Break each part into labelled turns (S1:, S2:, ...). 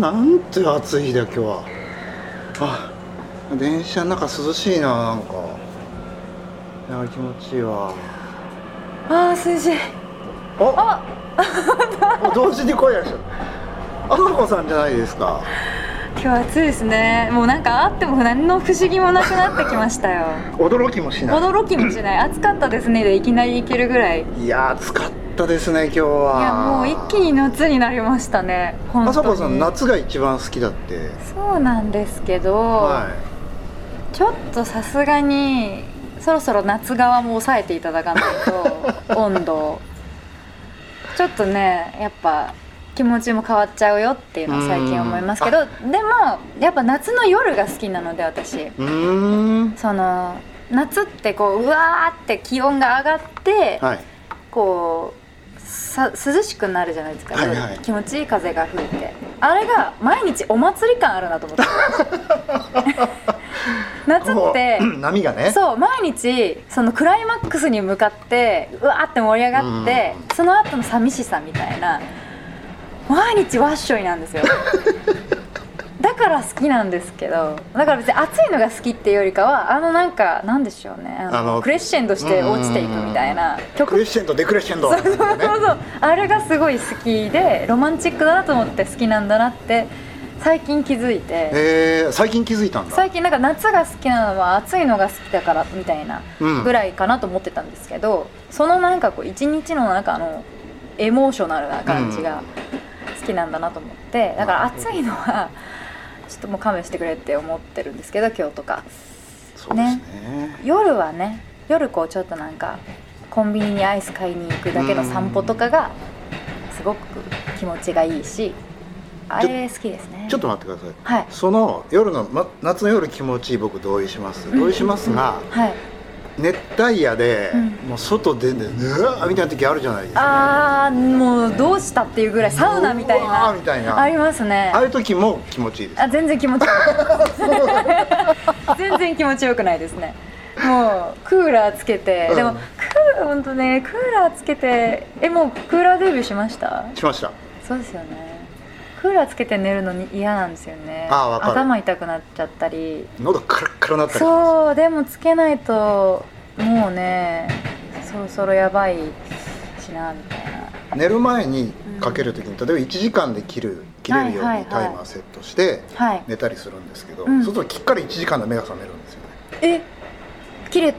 S1: なんて暑い日だ今日はあ電車の中涼しいななんかいや気持ちいいわ
S2: あー涼しい
S1: ああ同時に声がしちゃったあさこさんじゃないですか
S2: 今日暑いですねもうなんかあっても何の不思議もなくなってきましたよ
S1: 驚きもしな
S2: 驚きもしない暑かったですねでいきなりいけるぐらいい
S1: いいや暑かったですね今日はい
S2: やもう一気に夏になりましたね本当
S1: あ
S2: に
S1: さこさん夏が一番好きだって
S2: そうなんですけど、
S1: はい
S2: ちょっとさすがにそろそろ夏側も抑えていただかない と温度をちょっとねやっぱ気持ちも変わっちゃうよっていうのは最近思いますけどでもやっぱ夏の夜が好きなので私
S1: うーん
S2: その夏ってこううわーって気温が上がって、
S1: はい
S2: こうさ涼しくなるじゃないですか、
S1: はいはい
S2: 気持ちいい風が吹いてあれが毎日お祭り感あるなと思って 夏って
S1: こう うん波がね
S2: そう毎日そのクライマックスに向かってうわーって盛り上がってその後の寂しさみたいな毎日わっしょいなん ですよだから好きなんですけどだから別に暑いのが好きっていうよりかはあのなんかなんでしょうねあの
S1: あの
S2: クレッシェンドして落ちていくみたいな曲
S1: クレッシェンドデクレッシェンド
S2: そうそうそうそうあれがすごい好きでロマンチックだなと思って好きなんだなって最近気づいて
S1: えー、最近気づいたんだ
S2: 最近なんか夏が好きなのは暑いのが好きだからみたいな
S1: うん
S2: ぐらいかなと思ってたんですけどそのなんかこう一日の中のエモーショナルな感じが好きなんだなと思ってだから暑いのはちょっともう勘弁してくれって思ってるんですけど今日とか
S1: そうですね
S2: 夜はね夜こうちょっとなんかコンビニにアイス買いに行くだけの散歩とかがすごく気持ちがいいしあれ好きですね
S1: ちょっと待ってください
S2: はい
S1: その夜の、ま、夏の夜気持ちいい僕同意します同意しますが、
S2: はい
S1: 熱帯夜で、
S2: うん
S1: もう外出てうわーみたいな時あるじゃないですか
S2: あーもうどうしたっていうぐらいサウナみたいう
S1: わ
S2: な
S1: ーみたいな
S2: ありますね
S1: ああいう時も気持ちいいです
S2: あ全然気持ちよく 全然気持ちよくないですねもうクーラーつけて、
S1: うん
S2: でもクー本当ねクーラーつけてえもうクーラーデビューしました
S1: しました
S2: そうですよねクーラーつけて寝るのに嫌なんですよね
S1: あーわかる
S2: 頭痛くなっちゃったり
S1: 喉カラッカラになったりします
S2: そうでもつけないともうねそろそろやばいしなみたいな
S1: 寝る前にかける時に例えば1時間で切る切れるよう
S2: はいはい
S1: に
S2: はい
S1: タイマーセットして
S2: はい
S1: 寝たりするんですけど、
S2: うん
S1: そうするときっかり1時間で目が覚めるんですよね
S2: え切れ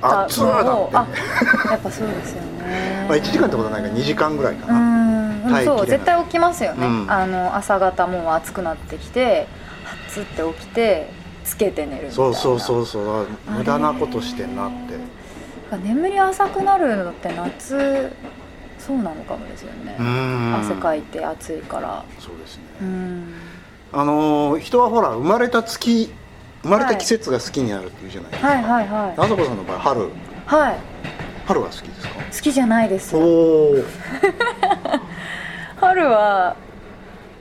S2: た
S1: 熱っ
S2: の
S1: なん
S2: を
S1: て
S2: あやっぱそうですよね
S1: まあ、1時間ってことはないから2時間ぐらいか
S2: う
S1: な、
S2: んでも
S1: 耐えきれな
S2: そう
S1: い
S2: 絶対起きますよね、
S1: うん
S2: あの朝方もう暑くなってきて暑って起きてつけて寝るみたいな
S1: そうそうそうそう無駄なことしてんなって
S2: 眠り浅くなるのって夏そうなのかもですよね、
S1: うん
S2: 汗かいて暑いから
S1: そうですね、
S2: うん
S1: あのー人はほら生まれた月生まれた季節が好きになるっていうじゃないですか、
S2: はいはいはい
S1: あさこさんの場合春
S2: はい
S1: 春が好きですか
S2: 好きじゃないです
S1: おお
S2: 春は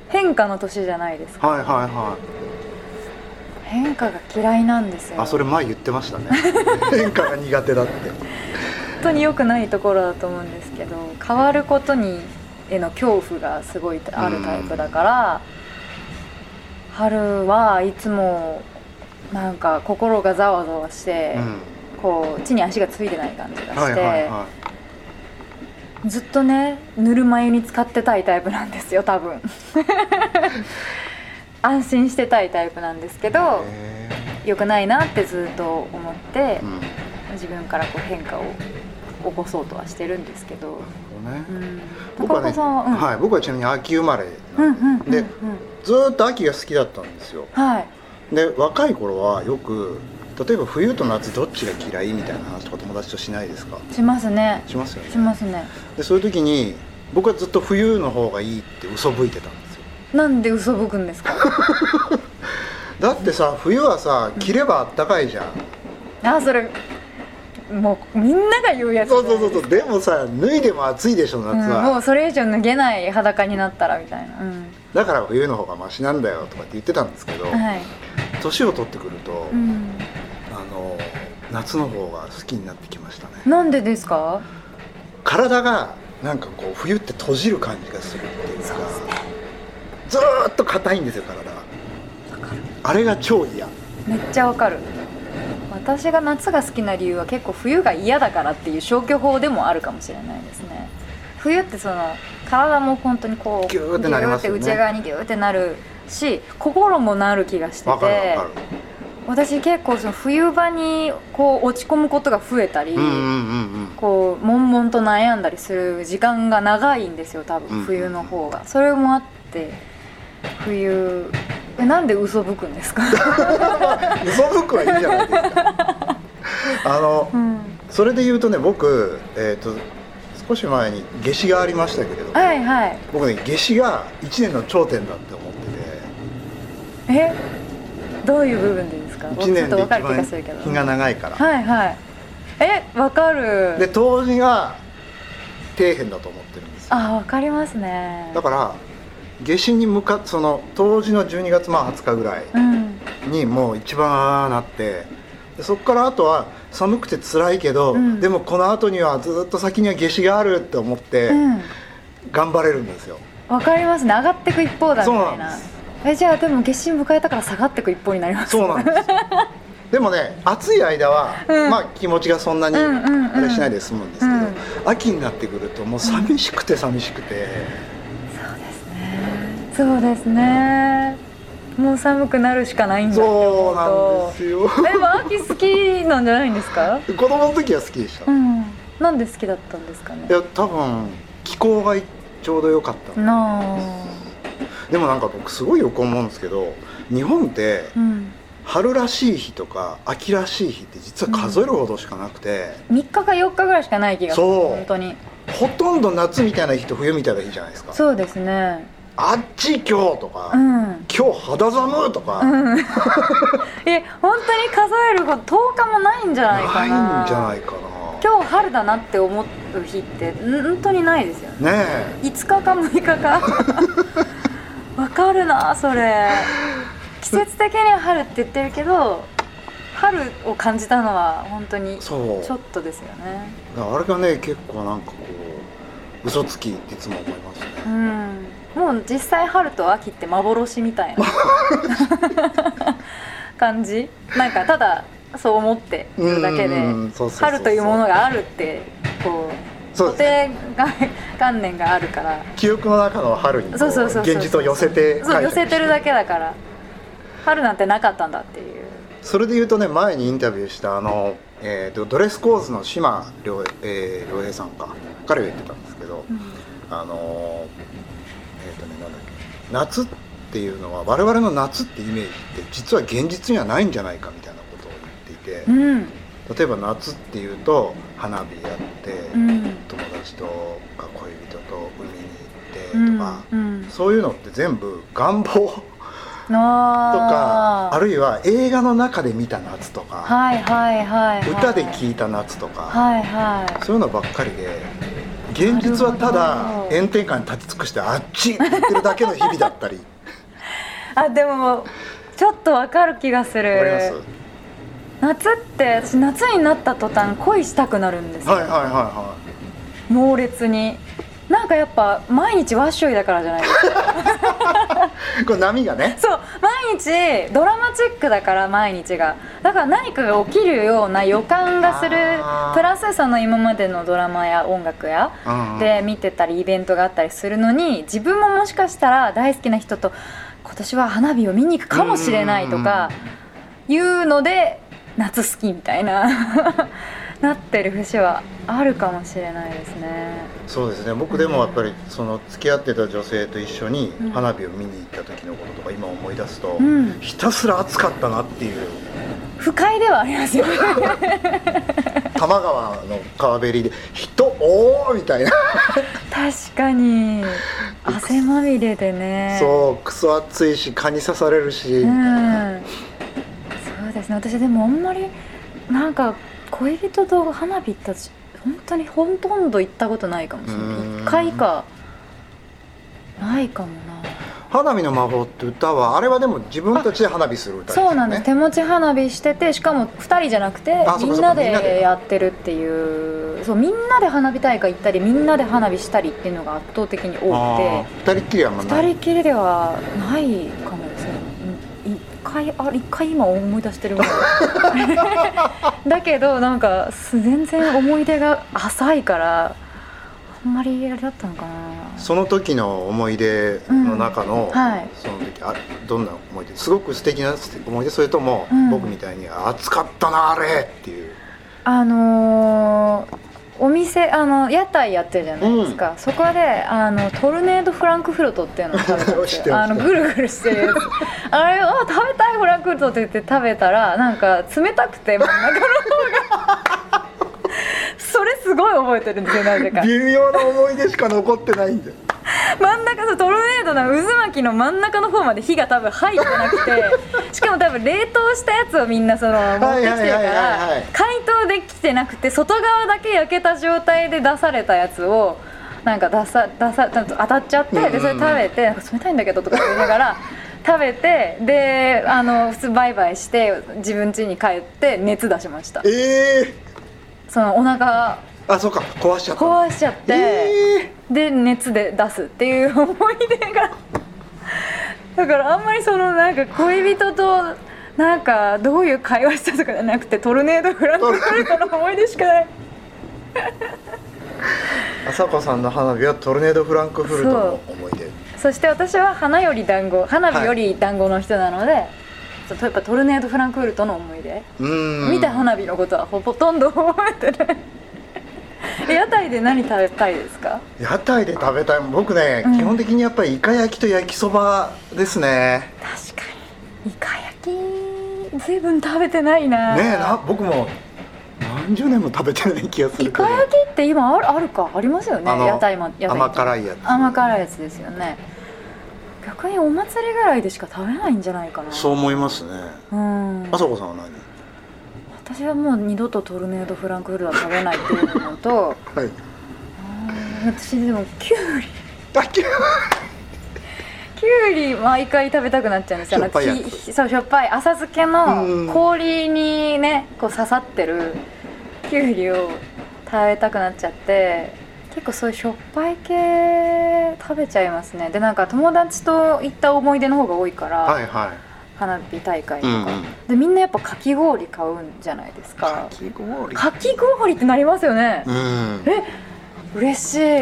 S2: 変化の年じゃないですか
S1: はいはいは
S2: 変化が嫌いなんです
S1: い
S2: よ
S1: あそれ前言ってま したね変化が苦手だって
S2: 本当に良くないところだと思うんですけど変わることにへの恐怖がすごいあるタイプだから、春はいつもなんか心がざわざわして、
S1: うん
S2: こう地に足がついてない感じが
S1: は
S2: し
S1: い
S2: て、
S1: はいは
S2: ずっとねぬるま湯に使ってたいタイプなんですよ 多分安心してたいタイプなんですけど
S1: いへ
S2: 良くないなってずっと思って
S1: ーうんなる
S2: 自分からこう変化を起こそうとはしてるんですけど、
S1: ほどね
S2: うん、
S1: 僕
S2: 高
S1: は
S2: 岡
S1: ね、
S2: さんは、うん
S1: はい、僕はちなみに秋生まれ
S2: うん
S1: な
S2: うんうん
S1: ん
S2: う
S1: で,、
S2: ん
S1: でずーっと秋が好きだったんですよ
S2: はい
S1: で若い頃はよく例えば冬と夏どっちが嫌いみたいな話とか友達としないですか
S2: しますね
S1: しますよね
S2: しますね
S1: でそういう時に僕はずっと冬の方がいいって嘘吹いてたんですよ
S2: なんで嘘ぶくんで すか
S1: だってさ冬はさ着ればあったかいじゃん、
S2: あそれもうみんなが言うやつ
S1: そうそうそうそうでもさ脱いでも暑いでしょ
S2: うん
S1: 夏は、
S2: もうそれ以上脱げない裸になったらみたいな、うん、
S1: だから冬の方がマシなんだよとかって言ってたんですけど
S2: はい、
S1: 年、を取ってくると、
S2: うん、
S1: あの夏の方が好きになってきましたね
S2: なんでですか
S1: 体がなんかこう冬って閉じる感じがするっていうかずーっと硬いんですよ体があれが超嫌
S2: めっちゃわかる私が夏が好きな理由は結構冬が嫌だからっていう消去法でもあるかもしれないですね冬ってその体も本当にこう
S1: ギューってなりますよね
S2: ギューって内側にギューってなるし心もなる気がしてて
S1: わかるわかる
S2: 私結構その冬場にこう落ち込むことが増えたり、
S1: うんうんうんうん
S2: こう悶々と悩んだりする時間が長いんですよ多
S1: うんうんう
S2: 分
S1: ん
S2: 冬の方が、それもあって冬えなんで嘘吹くんですか、
S1: 嘘吹くはいいじゃないですかあの
S2: うん、
S1: それで言うとね僕、えー、と少し前に夏至がありましたけれども、
S2: はいはい
S1: 僕ね夏至が1年の頂点だって思って
S2: えどういう部分でですか
S1: て1
S2: ちょ
S1: 年で
S2: っと
S1: 一
S2: 分かる気がするけ
S1: 番
S2: ど
S1: 日が長いから、
S2: はいはいえわかる
S1: で冬至が底辺だと思ってるんですよ
S2: あわかりますね
S1: だから夏至に向かっその冬至の12月まあ20日ぐらい
S2: うん
S1: にもう一番ああなってでそこからあとは寒くて辛いけど、
S2: うん
S1: でもこの後にはずっと先には夏至があるって思って
S2: うん
S1: 頑張れるんですよ、
S2: わかりますね上がっていく一方だみた
S1: そう
S2: い
S1: な
S2: なん
S1: です
S2: えじゃあでも月神迎えたから下がっていく一方になります
S1: そうなん ですよでもね暑い間は、
S2: うん
S1: まあ気持ちがそんなに
S2: うんうんうん
S1: あれしないで済むんですけど、
S2: うん
S1: 秋になってくるともう寂しくて寂しくて、
S2: そうですねそうですねもう寒くなるしかないんだって
S1: そ
S2: 思
S1: う
S2: う
S1: なん
S2: と
S1: です よ
S2: でも秋好きなんじゃないんですか
S1: 子供の時は好きでした、
S2: う
S1: い
S2: んなんで好きだったんですかね
S1: や多分気候がちょうど良かった、
S2: なあ
S1: でもなんか僕すごいよく思うんですけど日本って
S2: うん
S1: 春らしい日とか秋らしい日って実は数えるほどしかなくて、
S2: 3日か4日ぐらいしかない気がする
S1: そう
S2: 本当に
S1: ほとんど夏みたいな日と冬みたいな日じゃないですか
S2: そうですね
S1: あっち今日とか、
S2: うん
S1: 今日肌寒いとか、
S2: うん、え本当に数えること10日もないんじゃないかな
S1: ないんじゃないかな
S2: 今日春だなって思う日ってん本当にないですよね
S1: ね
S2: 5日か 6日かわかるなそれ季節的には春って言ってるけど春を感じたのは本当に
S1: え
S2: ち
S1: そう
S2: ょっとですよね
S1: あれがね結構なんかこう嘘つきっていつも思いますね
S2: うんもう実際春と秋って幻 みたいな感じなんかただそう思っているだけで
S1: うんそうそうそうそう
S2: 春というものがあるってこう
S1: そう
S2: 固
S1: ですね
S2: 定が観念があるから
S1: 記憶の中の春にこ
S2: そうそうそうそう
S1: 現実を寄せて
S2: そう寄せてるだ
S1: け
S2: けだから春なんてなかったんだっていう
S1: それで言うとね前にインタビューしたあの、えー、とドレスコーズの島良,、えー、良平さんか彼が言ってたんですけど、あのーえっ、とねなんだっけ夏っていうのは我々の夏ってイメージって実は現実にはないんじゃないかみたいなことを言っていて、
S2: うん
S1: 例えば夏っていうと花火やって、
S2: うん
S1: 友達とか恋人と海に行
S2: う
S1: ってと
S2: ん
S1: か、
S2: うん
S1: そういうのって全部願望とか
S2: あ
S1: あ
S2: ー
S1: るいは映画の中で見た夏とか、
S2: はいはいはいはい
S1: 歌で聴いた夏とか、
S2: はいはい
S1: そういうのばっかりで現実はた
S2: なる
S1: だ
S2: ほど
S1: 炎天下に立ち尽くしてあっちって言ってるだけの日々だった り
S2: あでもちょっとわかる気がす
S1: わかります
S2: る夏って私夏になった途端恋したくなるんですよ、
S1: はいはいはいは
S2: 猛烈になんかやっぱ毎日ワッショイだからじゃないで すか
S1: いこれ波がね
S2: そう毎日ドラマチックだから毎日がだから何かが起きるような予感がする
S1: あー
S2: プラスその今までのドラマや音楽や
S1: うん
S2: で見てたりイベントがあったりするのに自分ももしかしたら大好きな人と今年は花火を見に行くかもしれないとかいうので夏好きみたいな なってる節はあるかもしれないですね。
S1: そうですね僕でもやっぱりその付き合ってた女性と一緒に
S2: うん
S1: 花火を見に行った時のこととか今思い出すと、
S2: うん
S1: ひたすら暑かったなって いう
S2: 不快ではあ りますよね
S1: 多摩川の川べりで人おーみたいな、
S2: 確かに汗まみれでね
S1: そうクソ暑いし蚊に刺されるし、みた
S2: う、
S1: いなん
S2: そうですね私でもあんまりなんか恋人と花火行ったし本当にほとんど行ったことないかもしれ
S1: うー
S2: なんい一回かないかもな
S1: 花火の魔法」って歌はあれはでも自分たちで花火する歌ですよね
S2: そうなんです手持ち花火しててしかも2人じゃなくて
S1: あそうかそうか
S2: みんな
S1: みんなで
S2: でやってるっていうそうみんなで花火大会行ったりみんなで花火したりっていうのが圧倒的に多
S1: あ
S2: く
S1: ー二人っきりはあんま
S2: て
S1: な
S2: 2
S1: い
S2: 人きりではないかもですねうん一回あ一回今思い出してるぐらいだけどなんかす全然思い出が浅いからあんまりあれだったのかな
S1: その時の思い出の中の、
S2: うんはい
S1: その時あどんな思い出すごく素敵な思い出それとも、
S2: うん
S1: 僕みたいに「暑かったなあれ!」っていう
S2: あのーお店あの屋台やってるじゃないですか、そこであのトルネードフランクフルトっていうのを食べたん
S1: 知
S2: で
S1: っ
S2: す
S1: て
S2: よ
S1: ま
S2: あ
S1: す
S2: のぐるぐるしてるやつあれをあ食べたいフランクフルトって言って食べたらなんか冷たくて真ん中の方が それすごい覚えてるんですよなぜか
S1: 微妙な思い出しか残ってないんだよ
S2: 真ん中そうトルネードの渦巻きの真ん中の方まで火が多分入ってなくてしかも多分冷凍したやつをみんなその持ってきてるか
S1: はいはいはいはい
S2: ら解凍できてなくて外側だけ焼けた状態で出されたやつをなんか出さ出さちょっと当たっちゃってでそれ食べてなんか冷たいんだけどとか言いながら。食べてであの普通バイバイして自分家に帰って熱出しました
S1: ええ
S2: そのお腹
S1: あそうか壊しちゃった
S2: 壊しちゃって、
S1: え
S2: で熱で出すっていう思い出がだからあんまりそのなんか恋人となんかどういう会話したとかじゃなくてトルネードフランクフルトの思い出しかない
S1: ー、朝子さんの花火はトルネードフランクフルトの思い出
S2: そして私は花より団子花火より団子の人なので、ちょっとやっぱトルネードフランクフルトの思い出、
S1: うーん
S2: 見た花火のことはほとんど覚えてない 屋台で何食べたいですか
S1: 屋台で食べたい僕ね、
S2: うん
S1: 基本的にやっぱりイカ焼きと焼きそばですね
S2: 確かにイカ焼き随分食べてないな
S1: ねえな僕も何十年も食べてない気がす
S2: イ
S1: るけど
S2: カ焼きって今あるあるかありますよね
S1: あの
S2: 屋台も屋台
S1: 甘辛
S2: い
S1: いやつ
S2: 甘辛いやつですよね逆にお祭りぐらいでしか食べないんじゃないかな
S1: そう思いますね
S2: うん
S1: 朝子さんは何
S2: 私はもう二度とトルネードフランクフルトは食べないっていうのと
S1: はい
S2: うん私でもキュウリ
S1: あき
S2: キュウリ毎回食べたくなっちゃうんですよ
S1: しょっぱいやつ
S2: あのひそうしょっぱい浅漬け
S1: うん
S2: の氷にねこう刺さってるキュウリを食べたくなっちゃって結構そういうしょっぱい系食べちゃいますねでなんか友達と行った思い出の方が多いから、
S1: はいはい
S2: 花火大会と
S1: う
S2: か、
S1: んうん
S2: でみんなやっぱかき氷買うんじゃないですか
S1: き氷
S2: かき氷ってなりますよね
S1: うん
S2: え嬉しい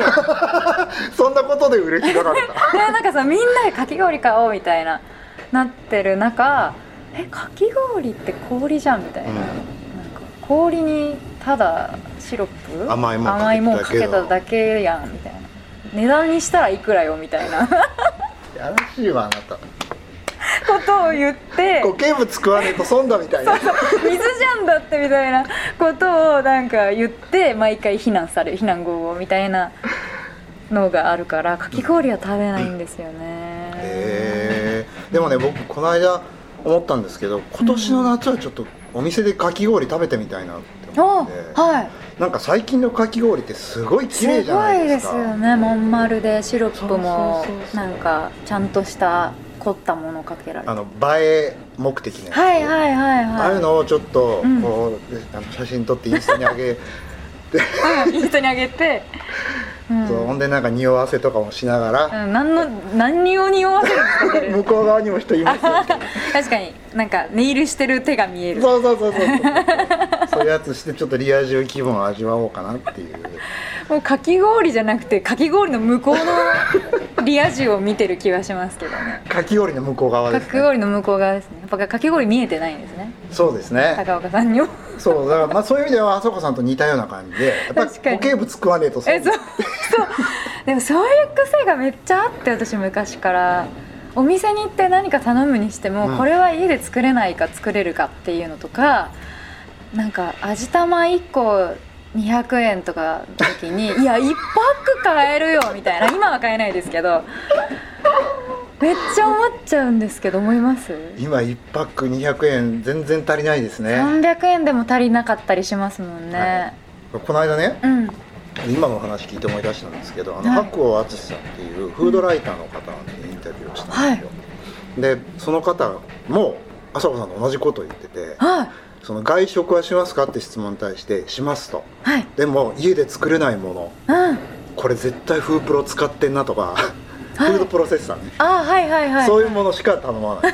S1: そんなことで嬉しがられた
S2: でなんかさみんなでかき氷買おうみたいななってる中えかき氷って氷じゃんみたいな,、
S1: うん
S2: なんか氷にただシロップ
S1: 甘いもんかけただけだ
S2: 甘いもんかけただけやんみたいな値段にしたらいくらよみたいな こ
S1: やらしいわあなた
S2: とを言って
S1: 固形物食わねえと損だみたいな
S2: 水じゃんだってみたいな ことをなんか言って毎回非難される非難合合みたいなのがあるからかき氷は食べないんですよね、
S1: えーでもね僕この間思ったんですけど今年の夏はちょっとお店でかき氷食べてみたいなって思
S2: お
S1: って、
S2: はい
S1: なんか最近のかき氷ってすごい綺麗じゃないですか
S2: ごいですよねまん丸でシロップも
S1: そうそうそうそう
S2: なんかちゃんとした凝ったものかけられて
S1: あ
S2: は
S1: の映え目的のやつ
S2: いはいはい
S1: ああいう
S2: は
S1: のをちょっとこう
S2: うん、
S1: あの写真撮ってインスタに上げて、
S2: いうんインスタにあげて、うん
S1: そうほんでなんか匂わせとかもしながら、
S2: うん、何の何を匂わせるんですかそれ
S1: 向こう側にも人いますよ
S2: 確かになんかネイルしてる手が見える
S1: そうそうそうそうそうそういうやつしてちょっとリア充気分を味わおうかなっていう
S2: もうかき氷じゃなくてかき氷の向こ うのリア充を見てる気はしますけどね
S1: かき氷の向こう側
S2: か
S1: で
S2: き
S1: すね
S2: 氷の向こう側ですねやっぱかき氷見えてないんですね
S1: そうですね
S2: 高岡さんにも
S1: そうだからまあそういう意味ではあそこさんと似たような感じでやっぱり
S2: 確かに
S1: 固形物食わねえと
S2: えそうそうでもそういう癖がめっちゃあって私昔からお店に行って何か頼むにしても、
S1: うん
S2: これは家で作れないか作れるかっていうのとかなんか味玉1個200円とかの時に「いや1パック買えるよ」みたいな今は買えないですけどめっちゃ思っちゃうんですけど思います
S1: 今1パック200円全然足りないですね
S2: ?300 円でも足りなかったりしますもんね、
S1: この間ね
S2: うん
S1: 今の話聞いて思い出したんですけどあの、
S2: はい
S1: 白鸚淳さんっていうフードライターの方にインタビューをしたんですよ、でその方も朝子さんと同じことを言ってて
S2: はい
S1: その外食はしますかって質問に対してしますと
S2: はい
S1: でも家で作れないもの
S2: うん
S1: これ絶対フープロ使ってんなとか、
S2: はい
S1: フードプロセッサーね、
S2: あはいはいはい
S1: そういうものしか頼まない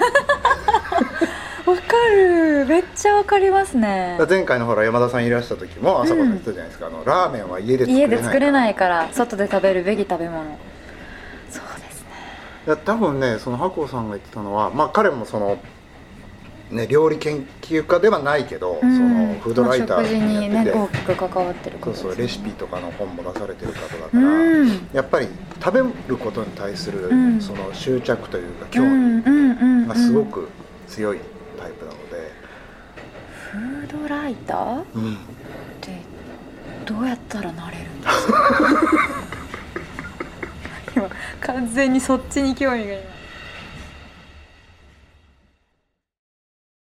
S2: わかるめっちゃわかりますね
S1: 前回のほら山田さんいらした時も朝子さん言ってたじゃないですか、あのラーメンは家で作れ
S2: 家
S1: ない
S2: で作れ
S1: い
S2: ないから外で食べるべき食べ物そうですね
S1: や多分ねその白鸚さんが言ってたのはまあ彼もそのね料理研究家ではないけど、
S2: うん
S1: そのフードライタ
S2: まあ食事に
S1: ーやっ
S2: ね
S1: てて、
S2: 大きく関わってる
S1: そう
S2: 方
S1: そうレシピとかの本も出されてる方だか
S2: う
S1: ら、
S2: ん
S1: やっぱり食べることに対する、
S2: うん
S1: その執着というか
S2: う
S1: 興味
S2: んうんうん
S1: が
S2: うん
S1: すごく強いタイプなので、
S2: フードライターっ
S1: うん、
S2: てどうやったらなれるん ですか今完全にそっちに興味が今